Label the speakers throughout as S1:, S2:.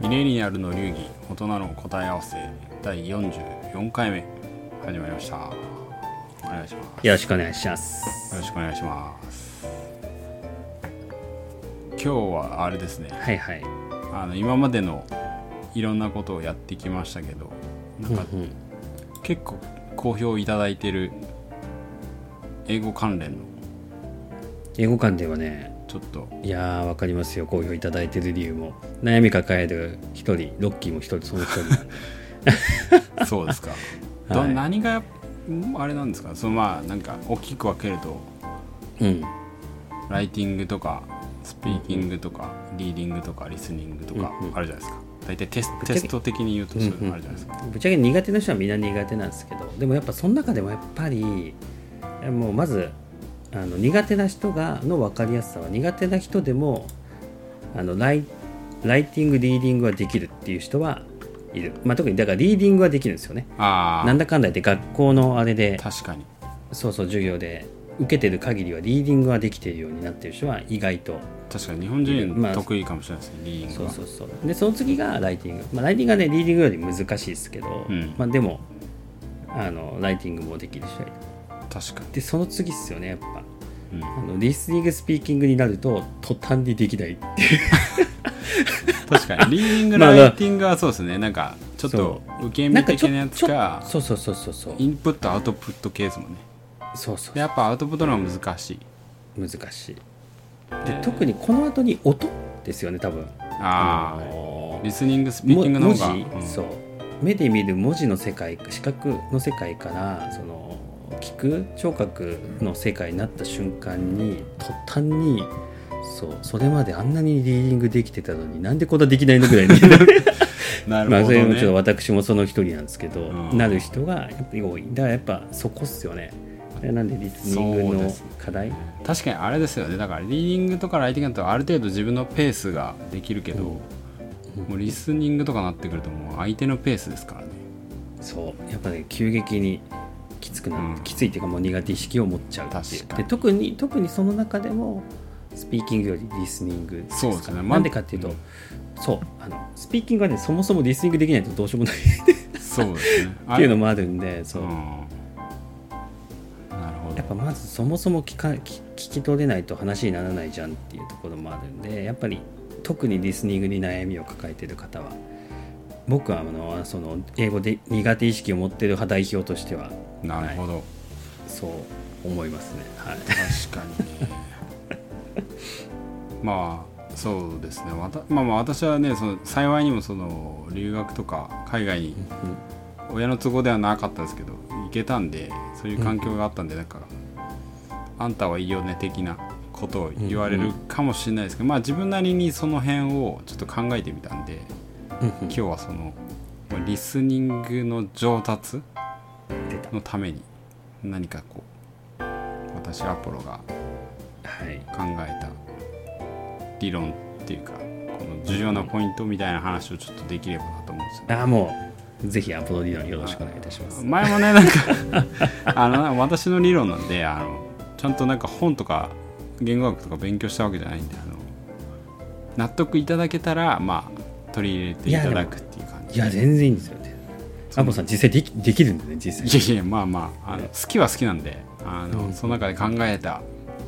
S1: ミレニアルの流儀大人の答え合わせ第44回目始まりましたお願いします
S2: よろしくお願いします
S1: よろしくお願いします今日はあれですね
S2: はいはい
S1: あの今までのいろんなことをやってきましたけどなんか結構好評いただいてる英語関連の
S2: 英語館ではね
S1: ちょっ と
S2: いやーわかりますよ好評いただいてる理由も悩み抱える一人ロッキーも一人その一人
S1: そうですか、
S2: い
S1: ど何がんあれなんですかそのまあなんか大きく分けると
S2: うん
S1: ライティングとかスピーキングとか、リーディングとかリスニングとかあるじゃないですか、大体テステスト的に言うとそういうのあるじゃないですか、
S2: ぶっちゃけ苦手な人はみんな苦手なんですけどでもやっぱその中でもやっぱりもうまずあの苦手な人がの分かりやすさは苦手な人でもあのライライティングリーディングはできるっていう人はいる、まあ、特にだからリーディングはできるんですよね
S1: あ
S2: なんだかんだ言って学校のあれで
S1: あ確かに
S2: そうそう授業で受けてる限りはリーディングはできているようになってる人は意外と
S1: 確かに日本人
S2: まあ
S1: 得意かもしれないですね、リーディング
S2: そう
S1: は
S2: そうそうでその次がライティング、まあ、ライティングはねリーディングより難しいですけど、
S1: うん
S2: まあ、でもあのライティングもできるし
S1: 確か
S2: でその次っすよねやっぱ
S1: に、うん
S2: あのリスニングスピーキングになると途端にできないって
S1: 確か にリーディング
S2: まあまあ
S1: ライティングはそうですねなんかちょっと受け
S2: な
S1: 身
S2: んかちょ
S1: 的なやつ
S2: ちょ
S1: か
S2: そうそうそうそうそう
S1: インプットアウトプット系ですもんね
S2: そうそう
S1: でやっぱアウトプットの方が難しい、
S2: 難しいで特にこの後に音ですよね多分
S1: ああ
S2: のー
S1: リスニングスピー
S2: も
S1: キングの
S2: 文
S1: 方が、
S2: 字、
S1: うん
S2: そう目で見る文字の世界視覚の世界からその聞く聴覚の世界になった瞬間に途端にそうそれまであんなにリーディングできてたのになんでこんなできないのぐらい に
S1: な
S2: ま
S1: る
S2: あ
S1: ほ
S2: そ
S1: ど
S2: れ
S1: ね、
S2: もちょっと私もその一人なんですけど、
S1: うん
S2: なる人がやっぱり多いだからやっぱそこっすよねなんでリスニング
S1: そうで
S2: の
S1: す
S2: 課題
S1: 確かにあれですよねだからリーディングとかライティングだとある程度自分のペースができるけど、もうリスニングとかなってくるともう相手のペースですからね
S2: そうやっぱね急激にきつくなる、
S1: うん
S2: きついっていうかもう苦手意識を持っちゃうっていう
S1: 確かに
S2: で特に特にその中でもスピーキングよりリスニングですか
S1: そう
S2: ら
S1: ですねまあ
S2: なんでかっていうと、
S1: うん
S2: そうあのスピーキングはねそもそもリスニングできないとどうしようもないっ
S1: そうですね
S2: ていうのもあるんでそう、
S1: うんなるほ
S2: や
S1: ど
S2: っぱまずそもそも聞か聞聞き取れないと話にならないじゃんっていうところもあるんでやっぱり特にリスニングに悩みを抱えてる方は僕はあのその英語で苦手意識を持ってる派代表としては
S1: なるほど、
S2: そう思いますね。はい。
S1: 確かに ねまあそうですねわたまあまあ私はねその幸いにもその留学とか海外に親の都合ではなかったですけど行けたんでそういう環境があったんでなんか、あんたはいいよね的なことを言われるかもしれないですけど、まあ自分なりにその辺をちょっと考えてみたんで今日はそのまあリスニングの上達
S2: 出た。
S1: のために何かこう私アポロが
S2: はい。
S1: 考えた理論っていうかこの重要なポイントみたいな話をちょっとできればなと思うんですよね。
S2: ああもうぜひアポロ理論よろしくお願いいたします。
S1: 前もねなんか あの私の理論なんであのちゃんとなんか本とか言語学とか勉強したわけじゃないんであの納得いただけたらまあ取り入れていただくっていう感
S2: い
S1: じ
S2: や全然いいんですよね。アポロさん実際できできるんでね実際。
S1: いやいやまあまああの好きは好きなんであの、その中で考えた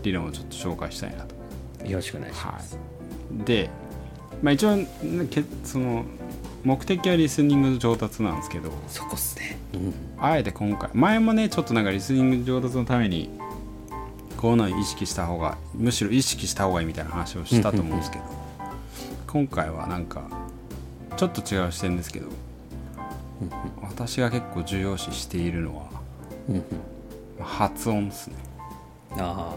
S1: 理論をちょっと紹介したいなと
S2: よろしくお願いし
S1: は
S2: ます。
S1: い、で、まあ、一応けその目的はリスニングの上達なんですけど
S2: そこっすね。うん。
S1: あえて今回前もねちょっとなんかリスニング上達のためにこういうのを意識した方がむしろ意識した方がいいみたいな話をしたと思うんですけど今回はなんかちょっと違う視点ですけど私が結構重要視しているのは
S2: うんうん
S1: まあ発音ですね
S2: ああ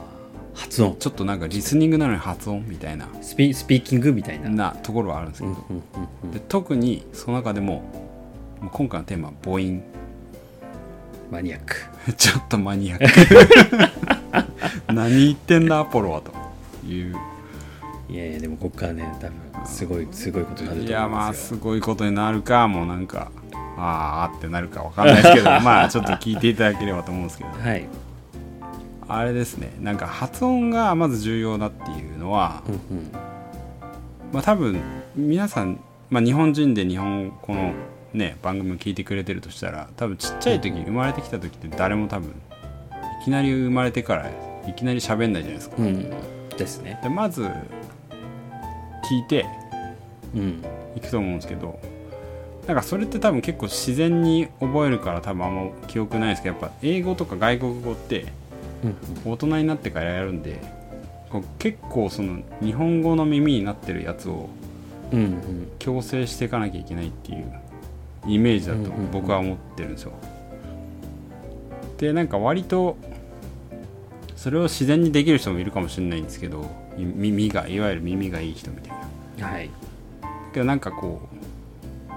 S2: 発音。
S1: ちょっとなんかリスニングなのに発音みたいな
S2: スピスピーキングみたいな。
S1: なところはあるんですけど
S2: うんうん
S1: で特にその中でももう今回のテーマは母音
S2: マニアック。
S1: ちょっとマニアック何言ってんだアポロはという
S2: いやいやでもここからね多分すごいすごいことになると思うん
S1: い
S2: ですよ。
S1: やまあすごいことになるかもうなんかああってなるかわかんないです けどまあちょっと聞いていただければと思うんですけど
S2: はい。
S1: あれですねなんか発音がまず重要だっていうのは、
S2: うんうん。
S1: まあ、多分皆さんまあ、日本人で日本この、ね、番組を聞いてくれてるとしたら多分ちっちゃい時生まれてきた時って誰も多分いきなり生まれてからいきなり喋んないじゃないですか。
S2: うんですね
S1: でまず聞いて
S2: うん
S1: いくと思うんですけどなんかそれって多分結構自然に覚えるから多分あんま記憶ないですけどやっぱ英語とか外国語って
S2: うん
S1: 大人になってからやるんでこう結構その日本語の耳になってるやつを
S2: うんうん
S1: 強制していかなきゃいけないっていうイメージだと
S2: うんうんうん
S1: 僕は思ってるんですよ。でなんか割とそれを自然にできる人もいるかもしれないんですけどい耳がいわゆる耳がいい人みたいな。
S2: はい
S1: けどなんかこう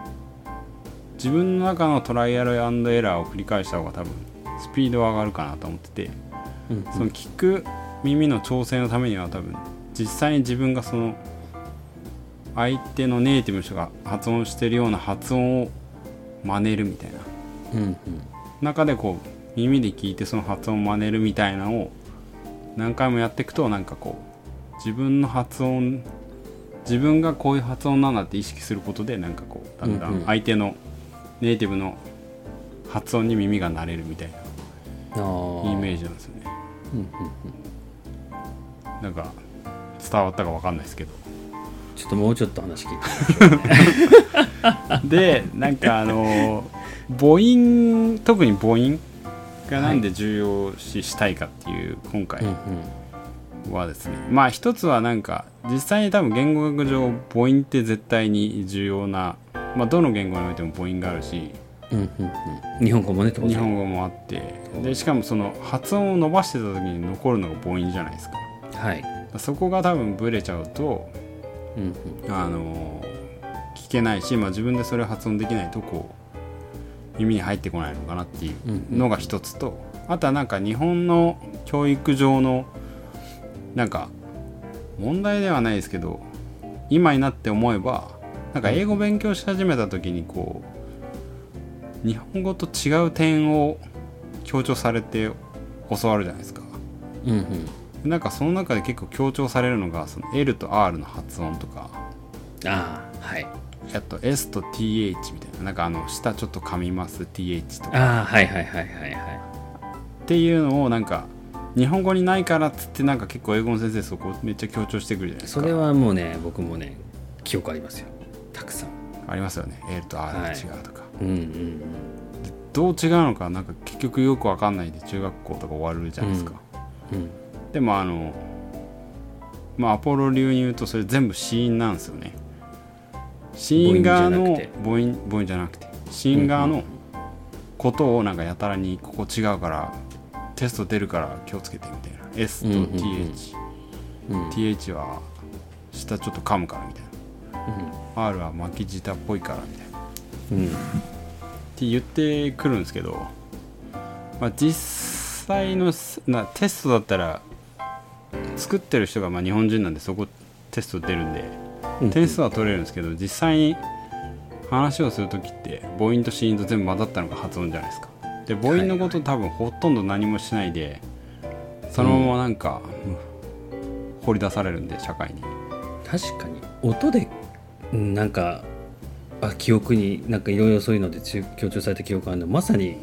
S1: 自分の中のトライアルエラーを繰り返した方が多分スピードは上がるかなと思ってて
S2: うん
S1: その聞く耳の調整のためには多分実際に自分がその相手のネイティブの人が発音してるような発音を真似るみたいな
S2: うんうん
S1: 中でこう耳で聞いてその発音を真似るみたいなのを何回もやっていくとなんかこう自分の発音自分がこういう発音なんだって意識することでなんかこうだんだ
S2: うんうんん
S1: 相手のネイティブの発音に耳が慣れるみたいな
S2: あー
S1: イメージなんですよね
S2: うんうんうん
S1: なんか伝わったかわかんないですけど
S2: ちょっともうちょっと話聞いて
S1: でなんかあの母音特に母音がなんで重要視したいかっていう今回、はですねまあ一つはなんか実際に多分言語学上母音って絶対に重要な、まあ、どの言語においても母音があるし
S2: うんうんうんうん日本語もねってこと
S1: 日本語もあってでしかもその発音を伸ばしてた時に残るのが母音じゃないですか
S2: はい
S1: そこが多分ブレちゃうと
S2: うんうん
S1: あの聞けないし、まあ、自分でそれを発音できないとこう耳に入ってこないのかなっていうのが一つと、あとはなんか日本の教育上のなんか問題ではないですけど今になって思えばなんか英語勉強し始めた時にこう日本語と違う点を強調されて教わるじゃないですか。
S2: うんうん
S1: なんかその中で結構強調されるのがその L と R の発音とか
S2: ああはい
S1: あと S と TH みたいななんかあの下ちょっと噛みます TH とか
S2: ああはいはいはいはいは
S1: っていうのをなんか日本語にないからっつってなんか結構英語の先生そこめっちゃ強調してくるじゃない
S2: い
S1: です
S2: そ
S1: か
S2: れはもうね僕もね記憶ありますよたくさん
S1: ありますよね L と R が違うとか、
S2: うんうん
S1: どう違うのかなんか結局よくわかんないで中学校とか終わるじゃないですか、
S2: うん
S1: でもあのまあアポロ流に言うとそれ全部子音なんですよね子音側の母音母音じゃなくて子音側のことをなんかやたらにここ違うからテスト出るから気をつけてみたいな S と
S2: うんうんうん
S1: TH、
S2: うん
S1: TH は下ちょっと噛むからみたいな R は巻き舌っぽいからみたいなっ
S2: うんうん
S1: て言ってくるんですけど、まあ、実際のすなテストだったら作ってる人がまあ日本人なんでそこテスト出るんで
S2: うん
S1: 点数は取れるんですけど実際に話をする時って母音と子音と全部混ざったのが発音じゃないですかで母音のこと多分ほとんど何もしないでそのままなんか、うん掘り出されるんで社会に
S2: 確かに音でうんなんかあ記憶になんかいろいろそういうので強強調された記憶があるのまさに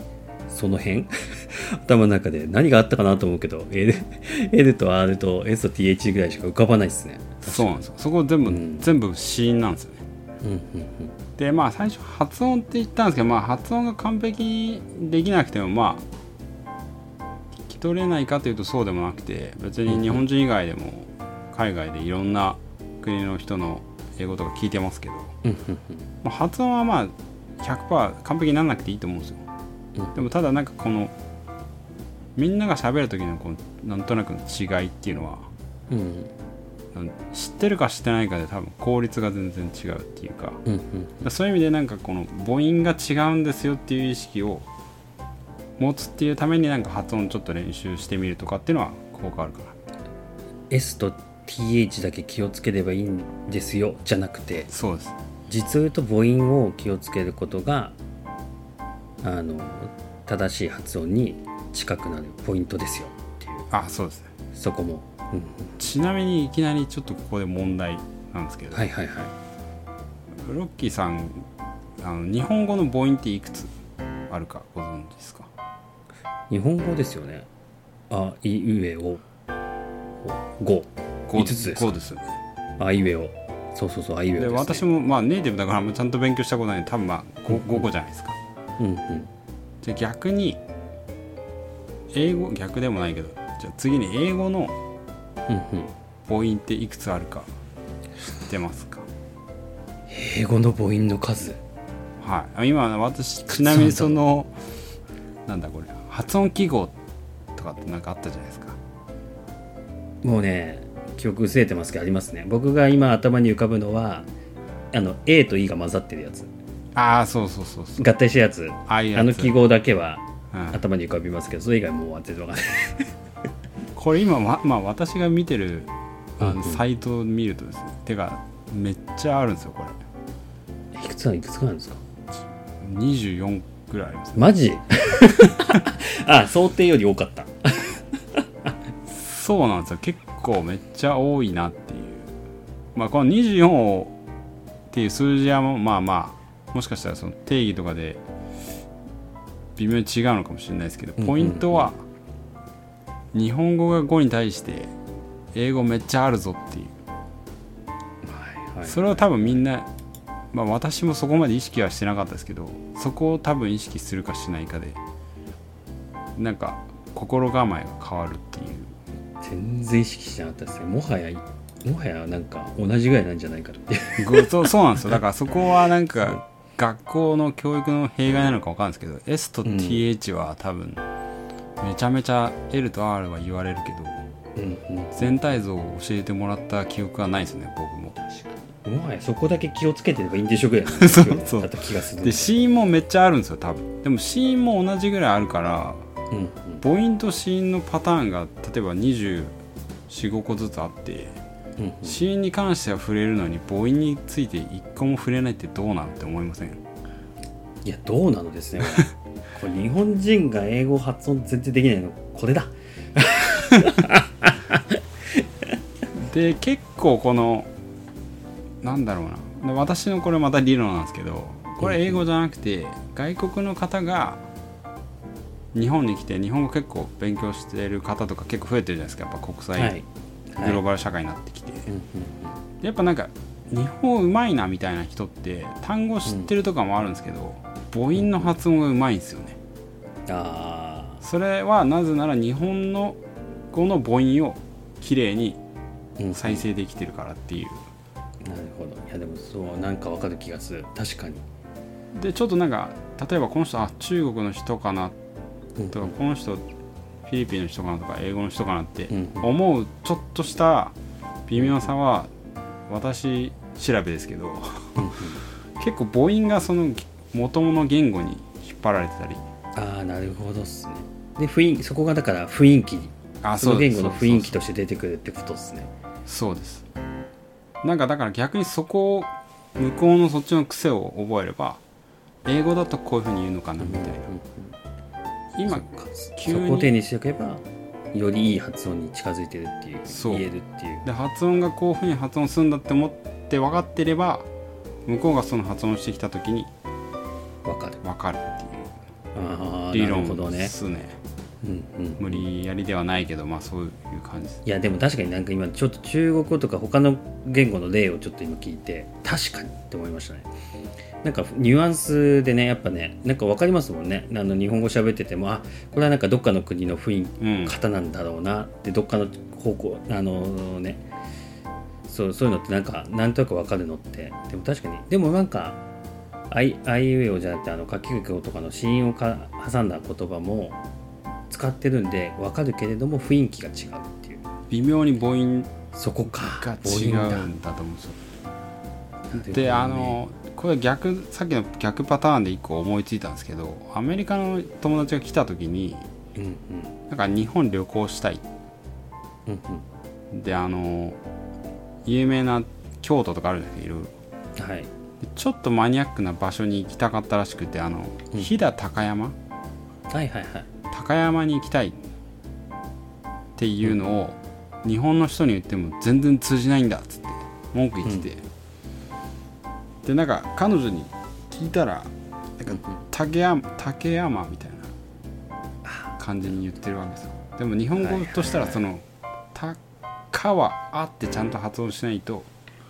S2: その辺 頭の中で何があったかなと思うけど L, L と R と S と TH ぐらいしか浮かばないですね。
S1: そうなんですよそこ全部、
S2: うん
S1: 全部子音なんですよね
S2: うんうん
S1: でまあ最初発音って言ったんですけど、まあ、発音が完璧できなくてもまあ聞き取れないかというとそうでもなくて別に日本人以外でも海外でいろんな国の人の英語とか聞いてますけど、
S2: うんうんうん
S1: まあ発音はまあ100%完璧にならなくていいと思うんですよ、
S2: うん
S1: でもただなんかこのみんなが喋る時のこうなんとなくの違いっていうのは
S2: うんうん
S1: なん知ってるか知ってないかで多分効率が全然違うっていうか、
S2: うん
S1: そういう意味でなんかこの母音が違うんですよっていう意識を持つっていうためになんか発音ちょっと練習してみるとかっていうのは効果あるかな
S2: S と TH だけ気をつければいいんですよじゃなくて
S1: そうです
S2: 実を言うと母音を気をつけることがあの正しい発音に近くなるポイントですよっていう
S1: あそうですね
S2: そこも、うん
S1: ちなみにいきなりちょっとここで問題なんですけど、
S2: はいはいはい
S1: ロッキーさんあの日本語の母音っていくつあるかご存知ですか
S2: 日本語ですよねあいうえお五
S1: 五
S2: 五つです
S1: 五ですよね
S2: あいうえおそうそうそうあいうえ
S1: で
S2: おです、ね、
S1: 私もまあネイティブだからあんまちゃんと勉強したことないんで多分まあ 5, 個じゃないですか
S2: うんうん
S1: じゃあ逆に英語逆でもないけどじゃあ次に英語の
S2: うんうん
S1: 母音っていくつあるか知ってますか
S2: 英語の母音の数
S1: はいあ、今 私ちなみにそのなんだこれ発音記号とかってなんかあったじゃないですか
S2: もうね記憶薄れてますけどありますね僕が今頭に浮かぶのはあの A と E が混ざってるやつ
S1: ああそうそうそうそう
S2: 合体したやつ
S1: ああいうやつ
S2: あの記号だけは
S1: うん、
S2: 頭に浮かびますけどそれ以外もう全然わかんない
S1: これ今ままあ私が見てるあ
S2: うんう
S1: の
S2: ん
S1: サイトを見るとですね、てかめっちゃあるんですよこれ
S2: いくつなんいくつなんですか
S1: 24ぐらいあります
S2: マジ あ想定より多かった
S1: そうなんですよ結構めっちゃ多いなっていうまあこの24をっていう数字はまあまあもしかしたらその定義とかで微妙に違うのかもしれないですけど
S2: うんうん
S1: ポイントは日本語が5に対して英語めっちゃあるぞっていう
S2: はいはい
S1: それを多分みんなまあ私もそこまで意識はしてなかったですけどそこを多分意識するかしないかでなんか心構えが変わるっていう
S2: 全然意識しなかったですねもはやもはやなんか同じぐらいなんじゃないかと
S1: ごそうそうなんですよだからそこはなんか学校の教育の弊害なのかわかんないですけど S と
S2: うん
S1: TH は多分めちゃめちゃ L と R は言われるけど
S2: うんうん
S1: 全体像を教えてもらった記憶がないですね僕も
S2: もはやそこだけ気をつけてればいいんでしょう ぐらいの
S1: そうそう
S2: だった気がする
S1: で子音もめっちゃあるんですよ多分でも子音も同じぐらいあるから
S2: うんうん
S1: 母音と子音のパターンが例えば245個ずつあって
S2: うんうん
S1: 子音に関しては触れるのに母音について1個も触れないってどうなんて思いません
S2: いやどうなので すねこれ日本人が英語発音全然できないのこれだ
S1: で結構このなんだろうなで私のこれまた理論なんですけどこれ英語じゃなくて外国の方が日本に来て日本語結構勉強してる方とか結構増えてるじゃないですかやっぱ国際グローバル社会になってきて、
S2: うんうん
S1: でやっぱなんか日本うまいなみたいな人って単語知ってるとかもあるんですけど、母音の発音がうまいんですよね
S2: うんあ
S1: それはなぜなら日本の語の母音をきれいに
S2: ーうん
S1: 再生できてるからっていう
S2: なるほどいやでもそうなんかわかる気がする確かに、
S1: でちょっとなんか例えばこの人あ中国の人かな
S2: うん
S1: とかこの人フィリピンの人かなとか英語の人かなって
S2: うんうん
S1: 思うちょっとした微妙さは私調べですけど 結構母音がその元々の言語に引っ張られてたり
S2: ああなるほどっすねで雰囲気そこがだから雰囲気
S1: あ
S2: その言語の雰囲
S1: そう
S2: 気として出てくるってことっすね
S1: そうですなんかだから逆にそこを向こうのそっちの癖を覚えれば英語だとこういうふうに言うのかなみたいな今
S2: そ
S1: 急に
S2: こを手にしておけばよりいい発音に近づいてるっていう
S1: そう
S2: 言えるっていう
S1: で発音がこういうふうに発音するんだって思って分かってれば向こうがその発音してきた時に
S2: わかる
S1: 分かるって
S2: ああ
S1: いう
S2: な
S1: 理
S2: る
S1: 論
S2: ほど
S1: で
S2: ね、
S1: すね
S2: うんうん、
S1: 無理やりではないけどまあそういう感じです
S2: いやでも確かになんか今ちょっと中国語とか他の言語の例をちょっと今聞いて確かにって思いましたねなんかニュアンスでねやっぱねなんか分かりますもんねあの日本語喋っててもあこれはなんかどっかの国の雰囲気
S1: うん
S2: 方なんだろうなってどっかの方向あのねそうそういうのってなんかなんとなく分かるのってでも確かにでもなんかあいあいうえおじゃなくてあのかきくけとかの子音をか挟んだ言葉も使ってるんで分かるけれども雰囲気が違うっていう
S1: 微妙に母音
S2: そこか
S1: が
S2: 母
S1: 違
S2: 音だ
S1: うんだと思うんですよ
S2: なるほどね
S1: であのこれ逆さっきの逆パターンで一個思いついたんですけどアメリカの友達が来た時に
S2: うんうん
S1: なんか日本旅行したい
S2: うんうん
S1: であの有名な京都とかあるんですけどいろいろ
S2: はい
S1: でちょっとマニアックな場所に行きたかったらしくてあの
S2: うん
S1: 飛騨高山
S2: はいはいはい
S1: 高山に行きたいっていうのを日本の人に言っても全然通じないんだっつって文句言ってて、でなんか彼女に聞いたらなんか竹山竹山みたいな感じに言ってるわけですよでも日本語としたらその「たか」は「あ」ってちゃんと発音しないと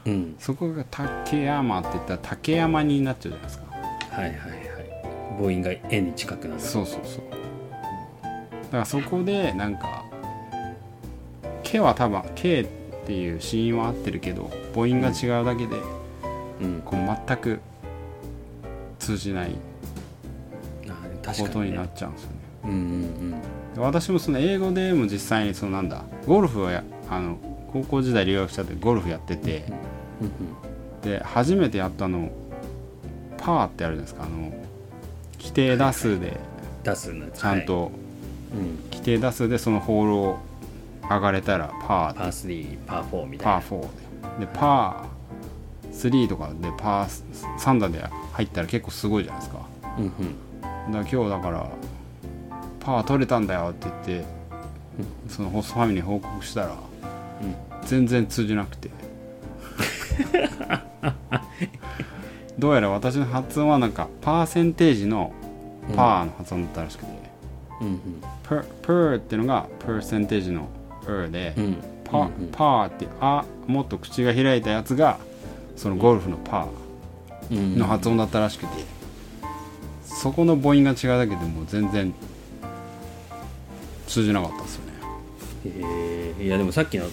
S2: うん
S1: そこが「竹山」って言ったら「竹山」になっちゃうじゃないですか
S2: はいはいはい母音が「え」に近くなる
S1: そうそうそうだからそこでなんか「け」は多分「け」っていう子音は合ってるけど母音が違うだけで
S2: うん
S1: こう全く通じない
S2: あー確
S1: こ
S2: か
S1: と
S2: に、
S1: に
S2: ね
S1: なっちゃうんですよね
S2: うんうんうん
S1: で私もその英語でも実際にそのなんだゴルフはやあの高校時代留学した時ゴルフやってて
S2: うん
S1: で初めてやったのパーってあるじゃないですかあの規定打数で
S2: うん出すな
S1: ちゃん、と、
S2: はいうん、
S1: 規定打数でそのホールを上がれたらパー
S2: パー3パー4みたい
S1: パ
S2: な
S1: ー4ででパー3とかでパー3打で入ったら結構すごいじゃないですか
S2: うんうん
S1: だから今日だから「パー取れたんだよ」って言ってそのホストファミリーに報告したら、全然通じなくてどうやら私の発音はなんかパーセンテージのパーの発音だったらしくて、
S2: うん
S1: パーパーっていうのがパーセンテージの「ーで、
S2: うんうん
S1: パーパーってあもっと口が開いたやつがそのゴルフのパ
S2: うん
S1: ーの発音だったらしくて、そこの母音が違うだけでもう全然通じなかったですよね
S2: えーいやでもさっきの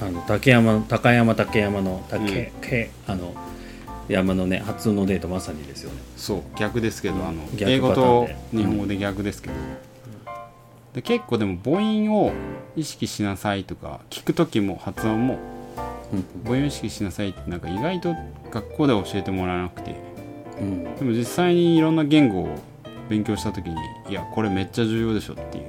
S2: あの竹山高山竹山の竹、けあの山のね発音のデートまさにですよね
S1: そう逆ですけど、あの
S2: 逆パターンで
S1: 英語と日本語で逆ですけど、で結構でも母音を意識しなさいとか聞く時も発音も
S2: うん
S1: 母音を意識しなさいってなんか意外と学校では教えてもらえなくて。
S2: うん
S1: でも実際にいろんな言語を勉強した時にいやこれめっちゃ重要でしょっていう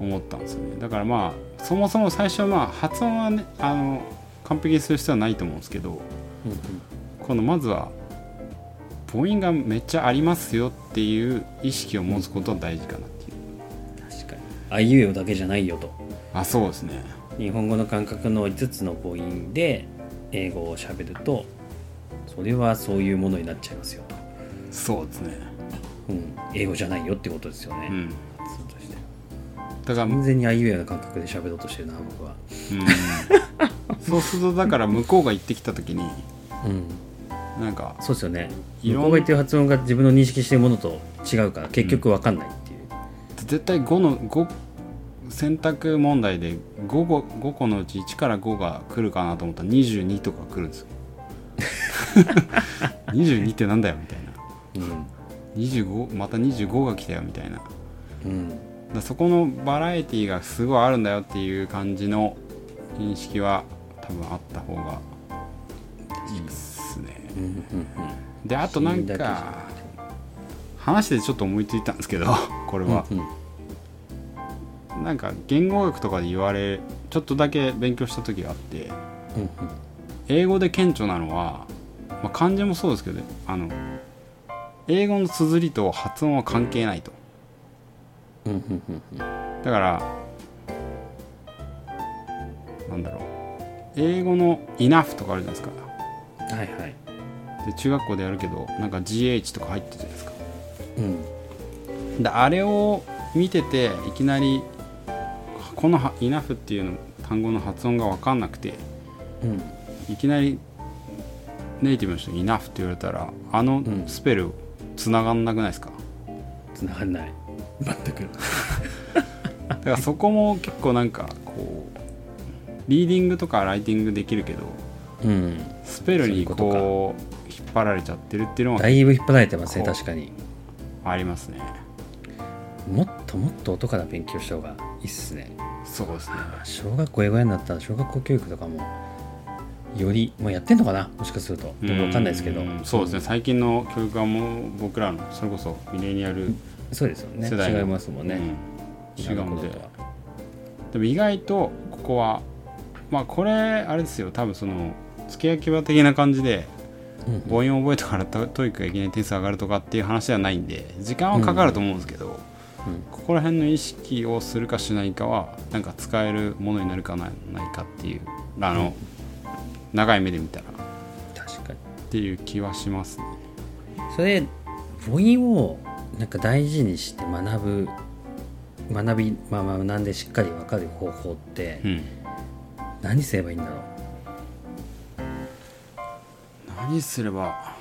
S2: うん
S1: 思ったんですよねだからまあそもそも最初はまあ発音はねあの完璧にする必要はないと思うんですけどこのまずは母音がめっちゃありますよっていう意識を持つことは大事かなっていう
S2: 確かにあいうえおだけじゃないよと
S1: あそうですね
S2: 日本語の感覚の5つの母音で英語を喋るとそれはそういうものになっちゃいますよと、
S1: そうですね
S2: うん、英語じゃないよってことですよね、
S1: うん
S2: 発音として
S1: だから
S2: 完全にあいうえおの感覚で喋ろうとしてるな僕は
S1: うんそうするとだから向こうが言ってきた時に
S2: うん
S1: なんか
S2: そうですよね
S1: いろん
S2: 向こうが言ってる発音が自分の認識してるものと違うから結局わかんないっていう、
S1: 絶対5の5選択問題で 5, 個5個のうち1から5が来るかなと思ったら22とか来るんです よ22ってなんだよみたいな
S2: うん
S1: 25また25が来たよみたいなだか
S2: うん
S1: らそこのバラエティがすごいあるんだよっていう感じの認識は多分あった方がいいっすね
S2: うんうん
S1: であとなん
S2: シーンだけじゃ
S1: か話でちょっと思いついたんですけど これは、
S2: うん
S1: なんか言語学とかで言われちょっとだけ勉強した時があって
S2: うん
S1: 英語で顕著なのは、まあ、漢字もそうですけどあの英語の綴りと発音は関係ないと
S2: うんうんうんうん
S1: だからなんだろう英語の「enough」とかあるじゃないですか
S2: はいはい
S1: で中学校でやるけどなんか GH とか入ってるじゃないですか
S2: うん
S1: であれを見てていきなりこのは「enough」っていうの単語の発音が分かんなくて
S2: うん
S1: いきなりネイティブの人に「enough」って言われたらあの
S2: ん
S1: スペル繋がんなくないですか、
S2: 繋がんない全く
S1: だからそこも結構なんかこうリーディングとかライティングできるけど
S2: うん
S1: スペルに
S2: そういう
S1: こう引っ張られちゃってるっていうの
S2: だ
S1: はい
S2: ぶ引っ張られてますね
S1: こう
S2: 確かに
S1: ありますね
S2: もっともっと音から勉強した方がいいっすね
S1: そうですね
S2: 小学校英語やになったら小学校教育とかもよりもうやってんのかなもしかすると僕わかんないですけど
S1: うんそうですね最近の教育はもう僕らのそれこそミレニアル
S2: そうですよね
S1: 世代の
S2: 違いますもんね、
S1: うん違
S2: 今
S1: う
S2: の
S1: の
S2: 子
S1: で
S2: だとは
S1: でも意外とここはまあこれあれですよ多分その付け焼き場的な感じで
S2: うん
S1: 母音を覚えてからトトイックがいきなり点数上がるとかっていう話ではないんで時間はかかると思うんですけど、
S2: うん
S1: ここら辺の意識をするかしないかはなんか使えるものになるかなないかっていうあの、長い目で見たらっ
S2: 確かに
S1: てっていう気はしますね
S2: それ母音をなんか大事にして学ぶ学び、まあ、まあ学んでしっかり分かる方法って
S1: うん
S2: 何すればいいんだろう
S1: 何すれば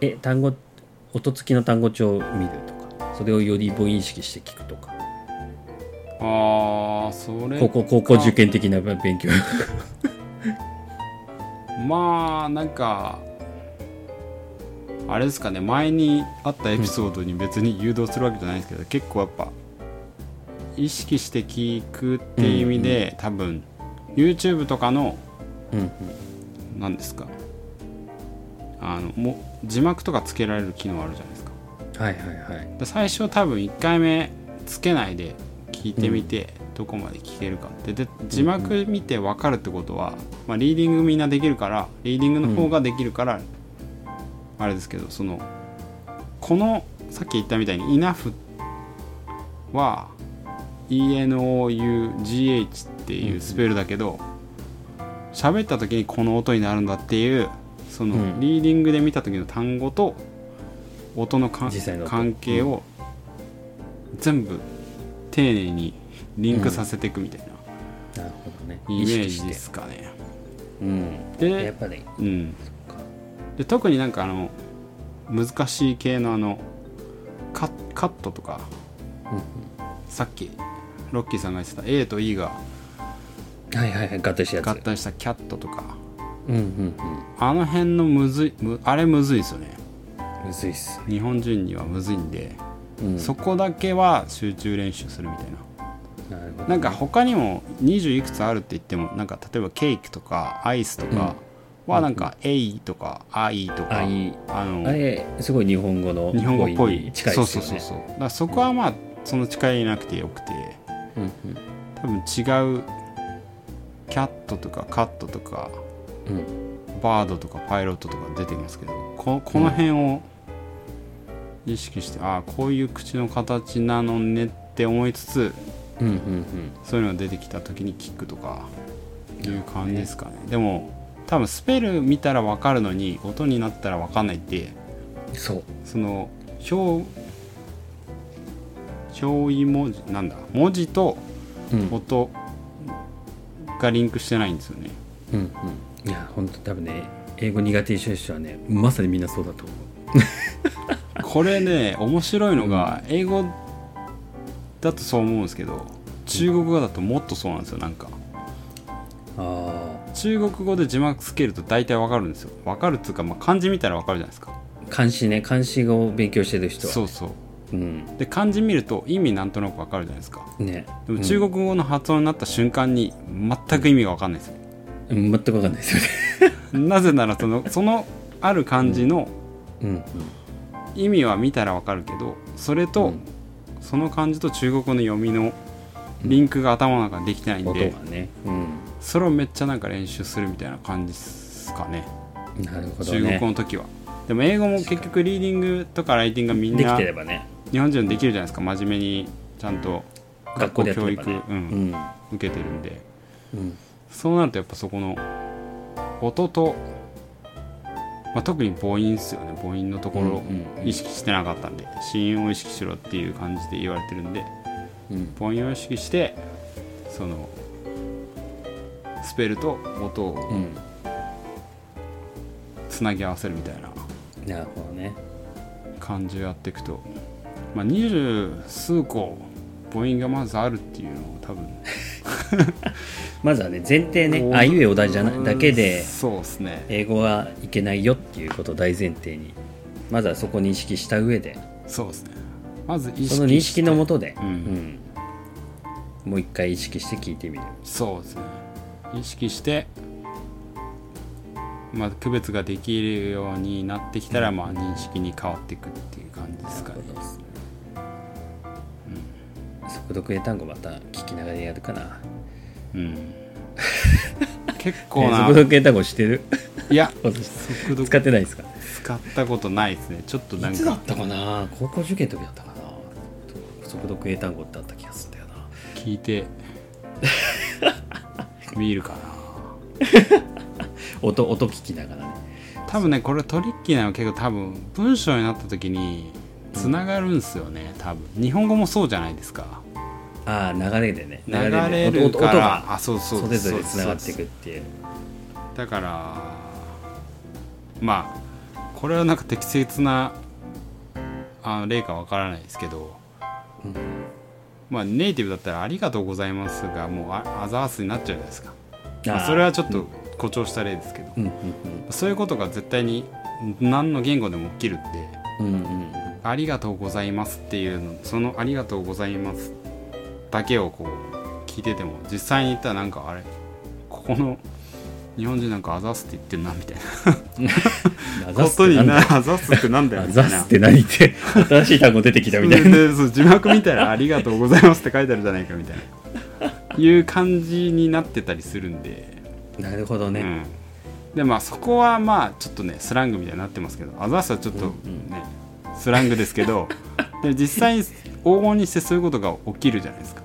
S2: え単語音付きの単語帳を見るとかそれをより母音意識して聞くとか
S1: ああそれ
S2: 高校高校受験的な勉強
S1: まあなんかあれですかね前にあったエピソードに別に誘導するわけじゃないですけど、結構やっぱ意識して聞くっていう意味で、多分 YouTube とかの
S2: うんうん
S1: 何ですかあのも字幕とかつけられる機能あるじゃないですか
S2: はいはいはい
S1: で最初多分1回目つけないで聞いてみて、どこまで聞けるかってで字幕見て分かるってことは、まあ、リーディングみんなできるからリーディングの方ができるから、あれですけどそのこのさっき言ったみたいに「enough」は ENOUGH っていうスペルだけど喋った時にこの音になるんだっていうその
S2: うん
S1: リーディングで見た時の単語と音のか
S2: 実際の音
S1: 関係を全部丁寧にリンクさせていくみたいな
S2: なるほどね
S1: イメ
S2: 意
S1: ー
S2: 識
S1: ジ
S2: し
S1: で
S2: て
S1: すかね。
S2: うんやっ
S1: で,、
S2: ぱり
S1: うん、
S2: そっか
S1: で特になんかあの難しい系のあのカカットとかさっきロッキーさんが言ってた A と E が
S2: はいはいはい合体したやつ
S1: 合体したキャットとか
S2: うんうん
S1: あの辺のむずいむあれむずいですよね
S2: うんむずいっす
S1: 日本人にはむずいんで、
S2: うん
S1: そこだけは集中練習するみたいな
S2: なるほど
S1: なんか他にも20いくつあるって言ってもなんか例えばケーキとかアイスとかはなんか「えい」とか「あい」とか
S2: あい
S1: あ
S2: あ
S1: の
S2: れすごい日本語の
S1: 日本語っぽ
S2: 語彙
S1: い
S2: に近い
S1: そ
S2: で
S1: う
S2: す
S1: そう
S2: よ
S1: そうそ
S2: ね
S1: うだからそこはまあその力入れなくてよくて
S2: うん
S1: 多分違うキャットとかカットとか
S2: うんうん
S1: バードとかパイロットとか出てきますけどここの辺を意識して、ああこういう口の形なのねって思いつつ
S2: うんうん
S1: そういうのが出てきた時にキックとかいう感じですかねでも多分スペル見たら分かるのに音になったら分かんないって
S2: うんそう
S1: その表表意文字なんだ文字と
S2: うん
S1: 音がリンクしてないんですよね
S2: うんうんいや本当多分ね英語苦手一緒人はねまさにみんなそうだと思
S1: これね面白いのが英語だとそう思うんですけど中国語だともっとそうなんですよなんか
S2: うあ
S1: 中国語で字幕つけると大体わかるんですよわかるっつうか、まあ、漢字見たらわかるじゃないですか
S2: あ漢詩ね漢詩語を勉強してる人は
S1: そうそう
S2: ううん
S1: で漢字見ると意味なんとなくわかるじゃないですか
S2: ね
S1: でも中国語の発音になった瞬間に全く意味がわかんないですよ、
S2: うん全く分かんないですよね
S1: なぜならそのそのある漢字の
S2: うんうん
S1: 意味は見たらわかるけどそれ と、
S2: うん
S1: その漢字と中国語の読みのリンクが頭の中にできてないんで、
S2: 音がねうん
S1: それをめっちゃなんか練習するみたいな感じですかね
S2: なるほど
S1: 中国語
S2: ね
S1: の時はでも英語も結局リーディングとかライティングがみん
S2: でき
S1: な
S2: てればね
S1: 日本人できるじゃないですか真面目にちゃんと
S2: 学校でやって
S1: 教
S2: れ
S1: 育、
S2: ばね
S1: う、
S2: うんん
S1: 受けてるんで
S2: うん
S1: そうなるとやっぱそこの音と、まあ、特に母音ですよね母音のところを
S2: うんうんうん
S1: 意識してなかったんで子音を意識しろっていう感じで言われてるんで
S2: うん
S1: 母音を意識してそのスペルと音
S2: う
S1: を
S2: ん
S1: つなぎ合わせるみたいな
S2: なるほどね
S1: 感じをやっていくと、まあ、二十数個母音がまずあるっていうのを多分
S2: まずはね前提ねあいうえおだじゃなだけで
S1: そうですね
S2: 英語はいけないよっていうことを大前提にまずはそこに意識した上で
S1: そうですねまず意識
S2: その認識のも
S1: と
S2: とで、
S1: うん
S2: うんもう一回意識して聞いてみる
S1: そうですね意識して、まあ、区別ができるようになってきたら、まあ、認識に変わっていくっていう感じですかね
S2: 速読英単語また聞きながらやるかな、
S1: うん 結
S2: え
S1: 構
S2: ー
S1: な
S2: 速読英単語してる
S1: いや
S2: 私
S1: 速読
S2: 使ってないですか
S1: 使ったことないですねちょっとないん
S2: つだっ
S1: か
S2: たかな高校受験の時だったかな速読英単語ってあった気がするんだよな
S1: 聞いて見るかな
S2: 音音聞きながらね
S1: 多分ねこれトリッキーなのは結構多分文章になった時につながるんですよね多分日本語もそうじゃないですか
S2: ああ流れでね
S1: 流れる
S2: 音音
S1: か
S2: が
S1: らあそうそう
S2: それぞれつながって
S1: そ
S2: い
S1: う
S2: くっていう
S1: そうだからまあこれはなんか適切なあ例かわからないですけど、
S2: うん
S1: まあネイティブだったら「ありがとうございます」がもうあアザースになっちゃうじゃないですか、まあ
S2: あー
S1: それはちょっと誇張した例ですけど、
S2: うんうん
S1: そういうことが絶対に何の言語でも起きるんで
S2: うんうんうん
S1: 「ありがとうございます」っていうのその「ありがとうございます」だけをこう聞いてても実際に言ったらなんかあれここの日本人なんか「あざす」って言ってるなみ たいな
S2: あ ざ
S1: こ
S2: す
S1: と
S2: って
S1: に
S2: なんだ
S1: な「あざす」ってなんだよ
S2: あ
S1: み
S2: ざ
S1: たい
S2: す
S1: な
S2: っ。て何って 新しい単語出てきたみたい
S1: で
S2: な
S1: でそう字幕見たら「ありがとうございます」って書いてあるじゃないかみたいないう感じになってたりするんで、
S2: なるほど
S1: う
S2: ね、
S1: ん、でまあそこはまあちょっとねスラングみたいになってますけどあざすはちょっとね、スラングですけ どで実際に黄金にしてそういうことが起きるじゃないですか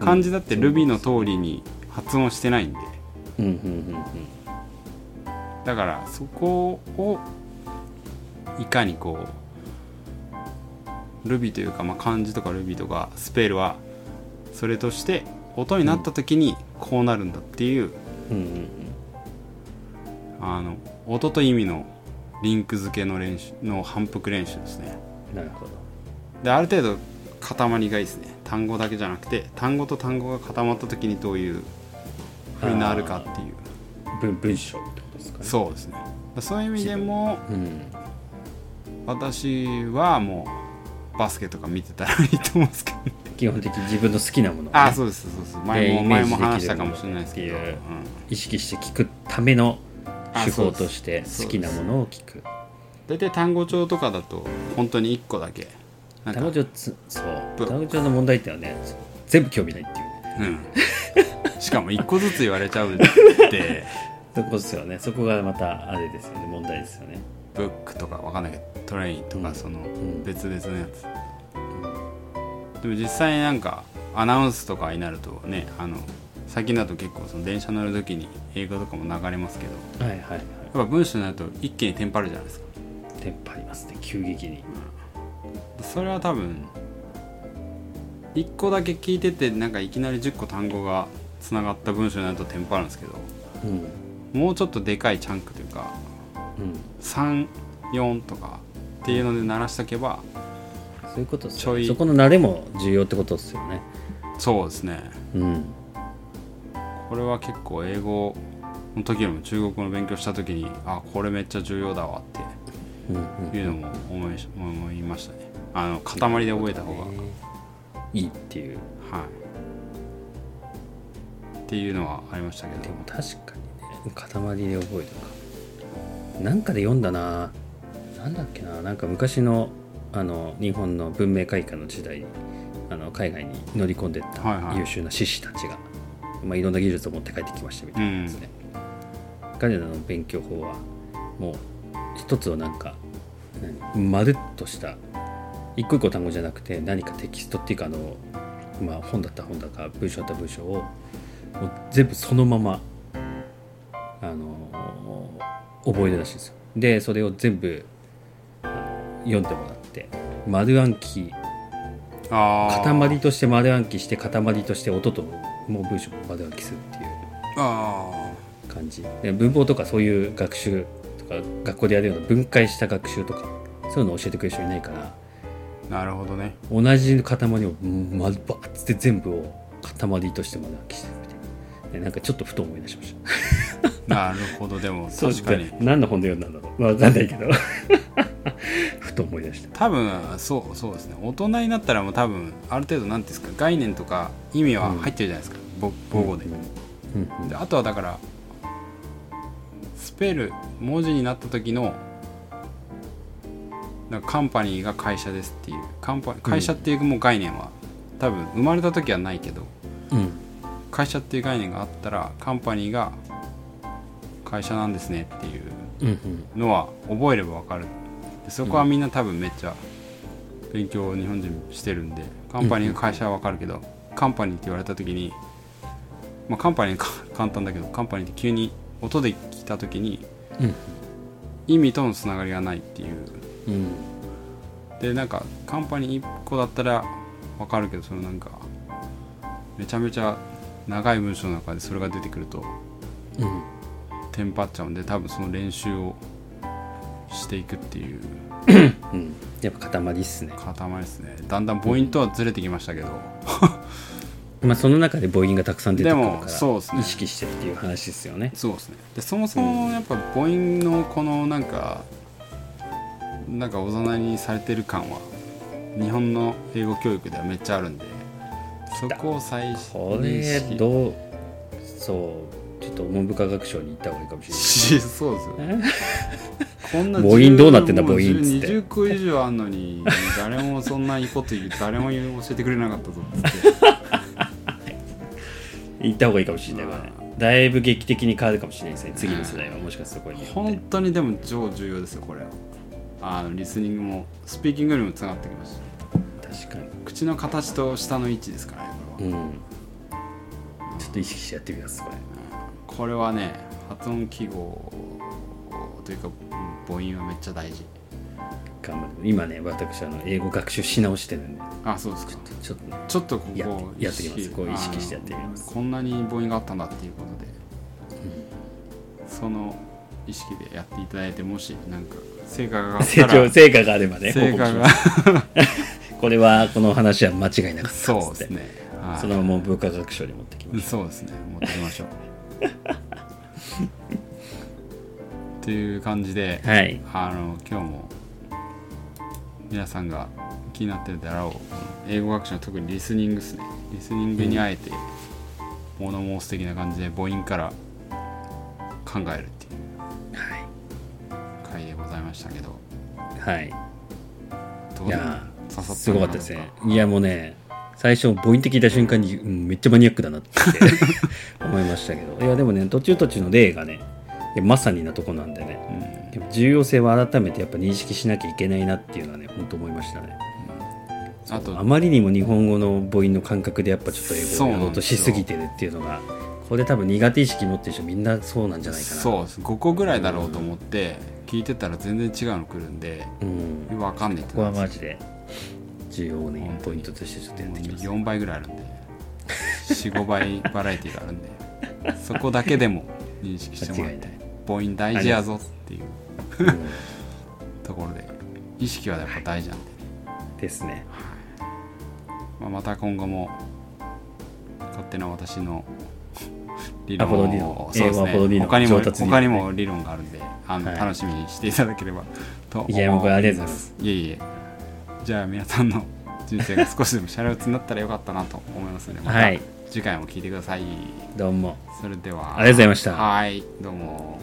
S1: 漢字だってルビーの通りに発音してないんで
S2: うん、うんうんうん
S1: だからそこをいかにこうルビーというか、まあ、漢字とかルビーとかスペルはそれとして音になった時にこうなるんだっていう、
S2: うんうんうん
S1: あの音と意味のリンク付けの練習の反復練習ですね
S2: なるほど
S1: である程度塊がいいですね単語だけじゃなくて単語と単語が固まった時にどういう風になるかっていう
S2: 文文章ってことですかね
S1: そうですねそういう意味でも
S2: うん、
S1: 私はもうバスケとか見てたらいいと思うんですけどね、
S2: 基本的に自分の好きなものをね、
S1: ああそうですそうです前も
S2: イメー
S1: 前
S2: ジ
S1: も
S2: できる
S1: 話したかもしれないですけど、
S2: っていう
S1: うん
S2: 意識して聞くための
S1: あ
S2: 手
S1: そう
S2: 法
S1: です
S2: として好きなものを聞く
S1: 大体単語帳とかだと本当に1個だけなんか
S2: 単語帳つそう
S1: ぶ
S2: 単語帳の問題ってのはね全部興味ないっていうね
S1: うん、 しかも1個ずつ言われちゃう って
S2: そこですよねそこがまたあれですよね問題ですよね
S1: ブックとかわかんないけどトレインと
S2: う
S1: か
S2: ん
S1: その
S2: ん
S1: 別々のやつ、でも実際になんかアナウンスとかになるとねあの最近だと結構その電車乗る時に英語とかも流れますけど
S2: はいはいはい
S1: やっぱ文章になると一気にテンパるじゃないですか
S2: テンパりますね急激に
S1: それは多分1個だけ聞いててなんかいきなり10個単語がつながった文章になるとテンパるんですけど
S2: うん
S1: もうちょっとでかいチャンクというか
S2: うん
S1: 34とかっていうので鳴らしとけば
S2: そういうことです
S1: ちょ
S2: よね
S1: い
S2: そこの慣れも重要ってことですよね
S1: そうですね
S2: うん
S1: これは結構英語の時よりも中国語の勉強した時にあこれめっちゃ重要だわっ
S2: うんうん
S1: ていうのも思い思いましたねあの塊で覚えた方がはい
S2: いっていう
S1: いっていうのはありましたけ
S2: で
S1: ど
S2: も確かにね塊で覚えたかなんかで読んだななんだっけななんか昔のあの日本の文明開化の時代にあの海外に乗り込んでっ
S1: はいは
S2: た
S1: い
S2: 優秀な志士たちが、いまあ、いろんな技術を持って帰ってきましたみたいなですね、彼らの勉強法はもう一つをなんか何まるっとした一個一個単語じゃなくて何かテキストっていうかあの、まあ、本だったら本だか文章だったら文章をもう全部そのままあの覚えるらしいんですよでそれを全部あの読んでもらって丸暗記
S1: あー
S2: 塊として丸暗記して塊として音ともう文章も丸暗記するっていう
S1: あ
S2: 感じで文法とかそういう学習とか学校でやるような分解した学習とかそういうのを教えてくれる人いないから
S1: ーなるほど ね
S2: 同じ塊をうんまバーッつって全部を塊として丸暗記してるみたいなでなんかちょっとふと思い出しました
S1: なるほどでも確 かに
S2: そう何の本で読んだんだろうわかんないけど ふと思い出した
S1: 多分そうそうですね大人になったらもう多分ある程度なんていうんですか概念とか意味は入ってるじゃないですか、ぼ母語で、
S2: うん
S1: であとはだからスペル文字になった時のなんかカンパニーが会社ですっていうカンパ会社っていうもう概念は、多分生まれた時はないけど
S2: うん
S1: 会社っていう概念があったらカンパニーが会社なんですねっていう
S2: うんうん
S1: のは覚えればわかるでそこはみんな多分めっちゃ勉強を日本人してるんでカンパニーが会社はわかるけど、カンパニーって言われた時に、まあ、 カンパニーか簡単だけどカンパニーって急に音で聞いた時に
S2: うん
S1: 意味とのつながりがないっていう
S2: うん
S1: でなんかカンパニー1個だったらわかるけどそのなんかめちゃめちゃ長い文章の中でそれが出てくると
S2: うん
S1: テンパっちゃうんで多分その練習をしていくっていう
S2: うんやっぱ塊っすね
S1: 塊ですねだんだんポイントはずれてきましたけど、
S2: まあその中で母音がたくさん出てくる
S1: で
S2: か
S1: も
S2: ら
S1: そうっすね
S2: 意識してっていう話ですよね
S1: そうですねでそもそもやっぱ母音のこのなんかなんかおざなりにされてる感は日本の英語教育ではめっちゃあるんでそこを再
S2: こ
S1: 認
S2: れ
S1: 識
S2: どうそうちょっと文部科学省に行った方がいいかもしれない
S1: しそうですよねこんな
S2: 母音どうなってんだ母音っつって
S1: 20個以上あんのに誰もそんないいこと言う誰も言う教えてくれなかったぞっつって
S2: 行った方がいいかもしれないこれだいぶ劇的に変わるかもしれないですね次の世代はもしかするとこれによって
S1: 本当にでも超重要ですよこれはあのリスニングもスピーキングにもつながってきますし
S2: 確か
S1: 口の形と舌の位置ですからねこ
S2: に
S1: れは、
S2: うんちょっと意識してやってみますこれ
S1: これはね発音記号というか母音はめっちゃ大事
S2: 頑張る今ね私あの英語学習し直してるんで
S1: あそうですか
S2: ちょっとね
S1: ちょっとこ
S2: や
S1: こ
S2: やってみますこう意識してやってみます
S1: あのこんなに母音があったんだっていうことで、その意識でやっていただいてもしなんか成果があった
S2: 成
S1: ら
S2: 長成果があればね
S1: 成
S2: 報
S1: 果
S2: 告し
S1: が
S2: ますこれはこの話は間違いなかったっ
S1: そ
S2: つって
S1: うですねはい
S2: そのまま文部科学省に持ってきまし
S1: そうですね持ってきま しょうっていう感じで、
S2: たはい
S1: あの今日も皆さんが気になってるであろうこの英語学習の特にリスニングですねリスニングにあえて物申す的な感じで母音から考えるっていう回でございましたけど
S2: はい
S1: どう
S2: い
S1: で
S2: や
S1: 刺さ
S2: ー
S1: った
S2: すごかったですねいやもうね最初母音って聞いた瞬間に、うん、めっちゃマニアックだなって 思いましたけどいやでもね途中途中の例がねいやまさになとこなんでね
S1: うん
S2: でも重要性は改めてやっぱ認識しなきゃいけないなっていうのはね本当思いましたね
S1: あと
S2: あまりにも日本語の母音の感覚でやっぱちょっと英語をやろうとしすぎてるっていうのがこれ多分苦手意識持ってる人みんなそうなんじゃないかな
S1: そうです5個ぐらいだろうと思って聞いてたら全然違うの来るんで
S2: うん、こ
S1: わかんないって
S2: こは
S1: な
S2: マ
S1: っ
S2: ジで重要ねポイントとしてちょっ
S1: て
S2: とやっていきます
S1: 4倍ぐらいあるんで45倍バラエティがあるんでそこだけでも認識してもらっ
S2: 間
S1: て
S2: 違い
S1: 母音大事やぞっていうところで意識はやっぱ大事なんで、
S2: ですね
S1: まあ、また今後も勝手な私の理
S2: アポロディ
S1: 論
S2: ノ
S1: をそうで
S2: 英語アポロ
S1: す
S2: デ
S1: ね
S2: ィノ
S1: 他にも
S2: 上達理論ね
S1: 他にも理論があるんであの、
S2: はい
S1: 楽しみにしていただければと思い
S2: いやもうこれありがとうございます
S1: いえいえじゃあ皆さんの人生が少しでもシャレオツになったらよかったなと思いますのでまた
S2: はい
S1: 次回も聞いてください
S2: どうも
S1: それでは
S2: ありがとうございました
S1: はいどうも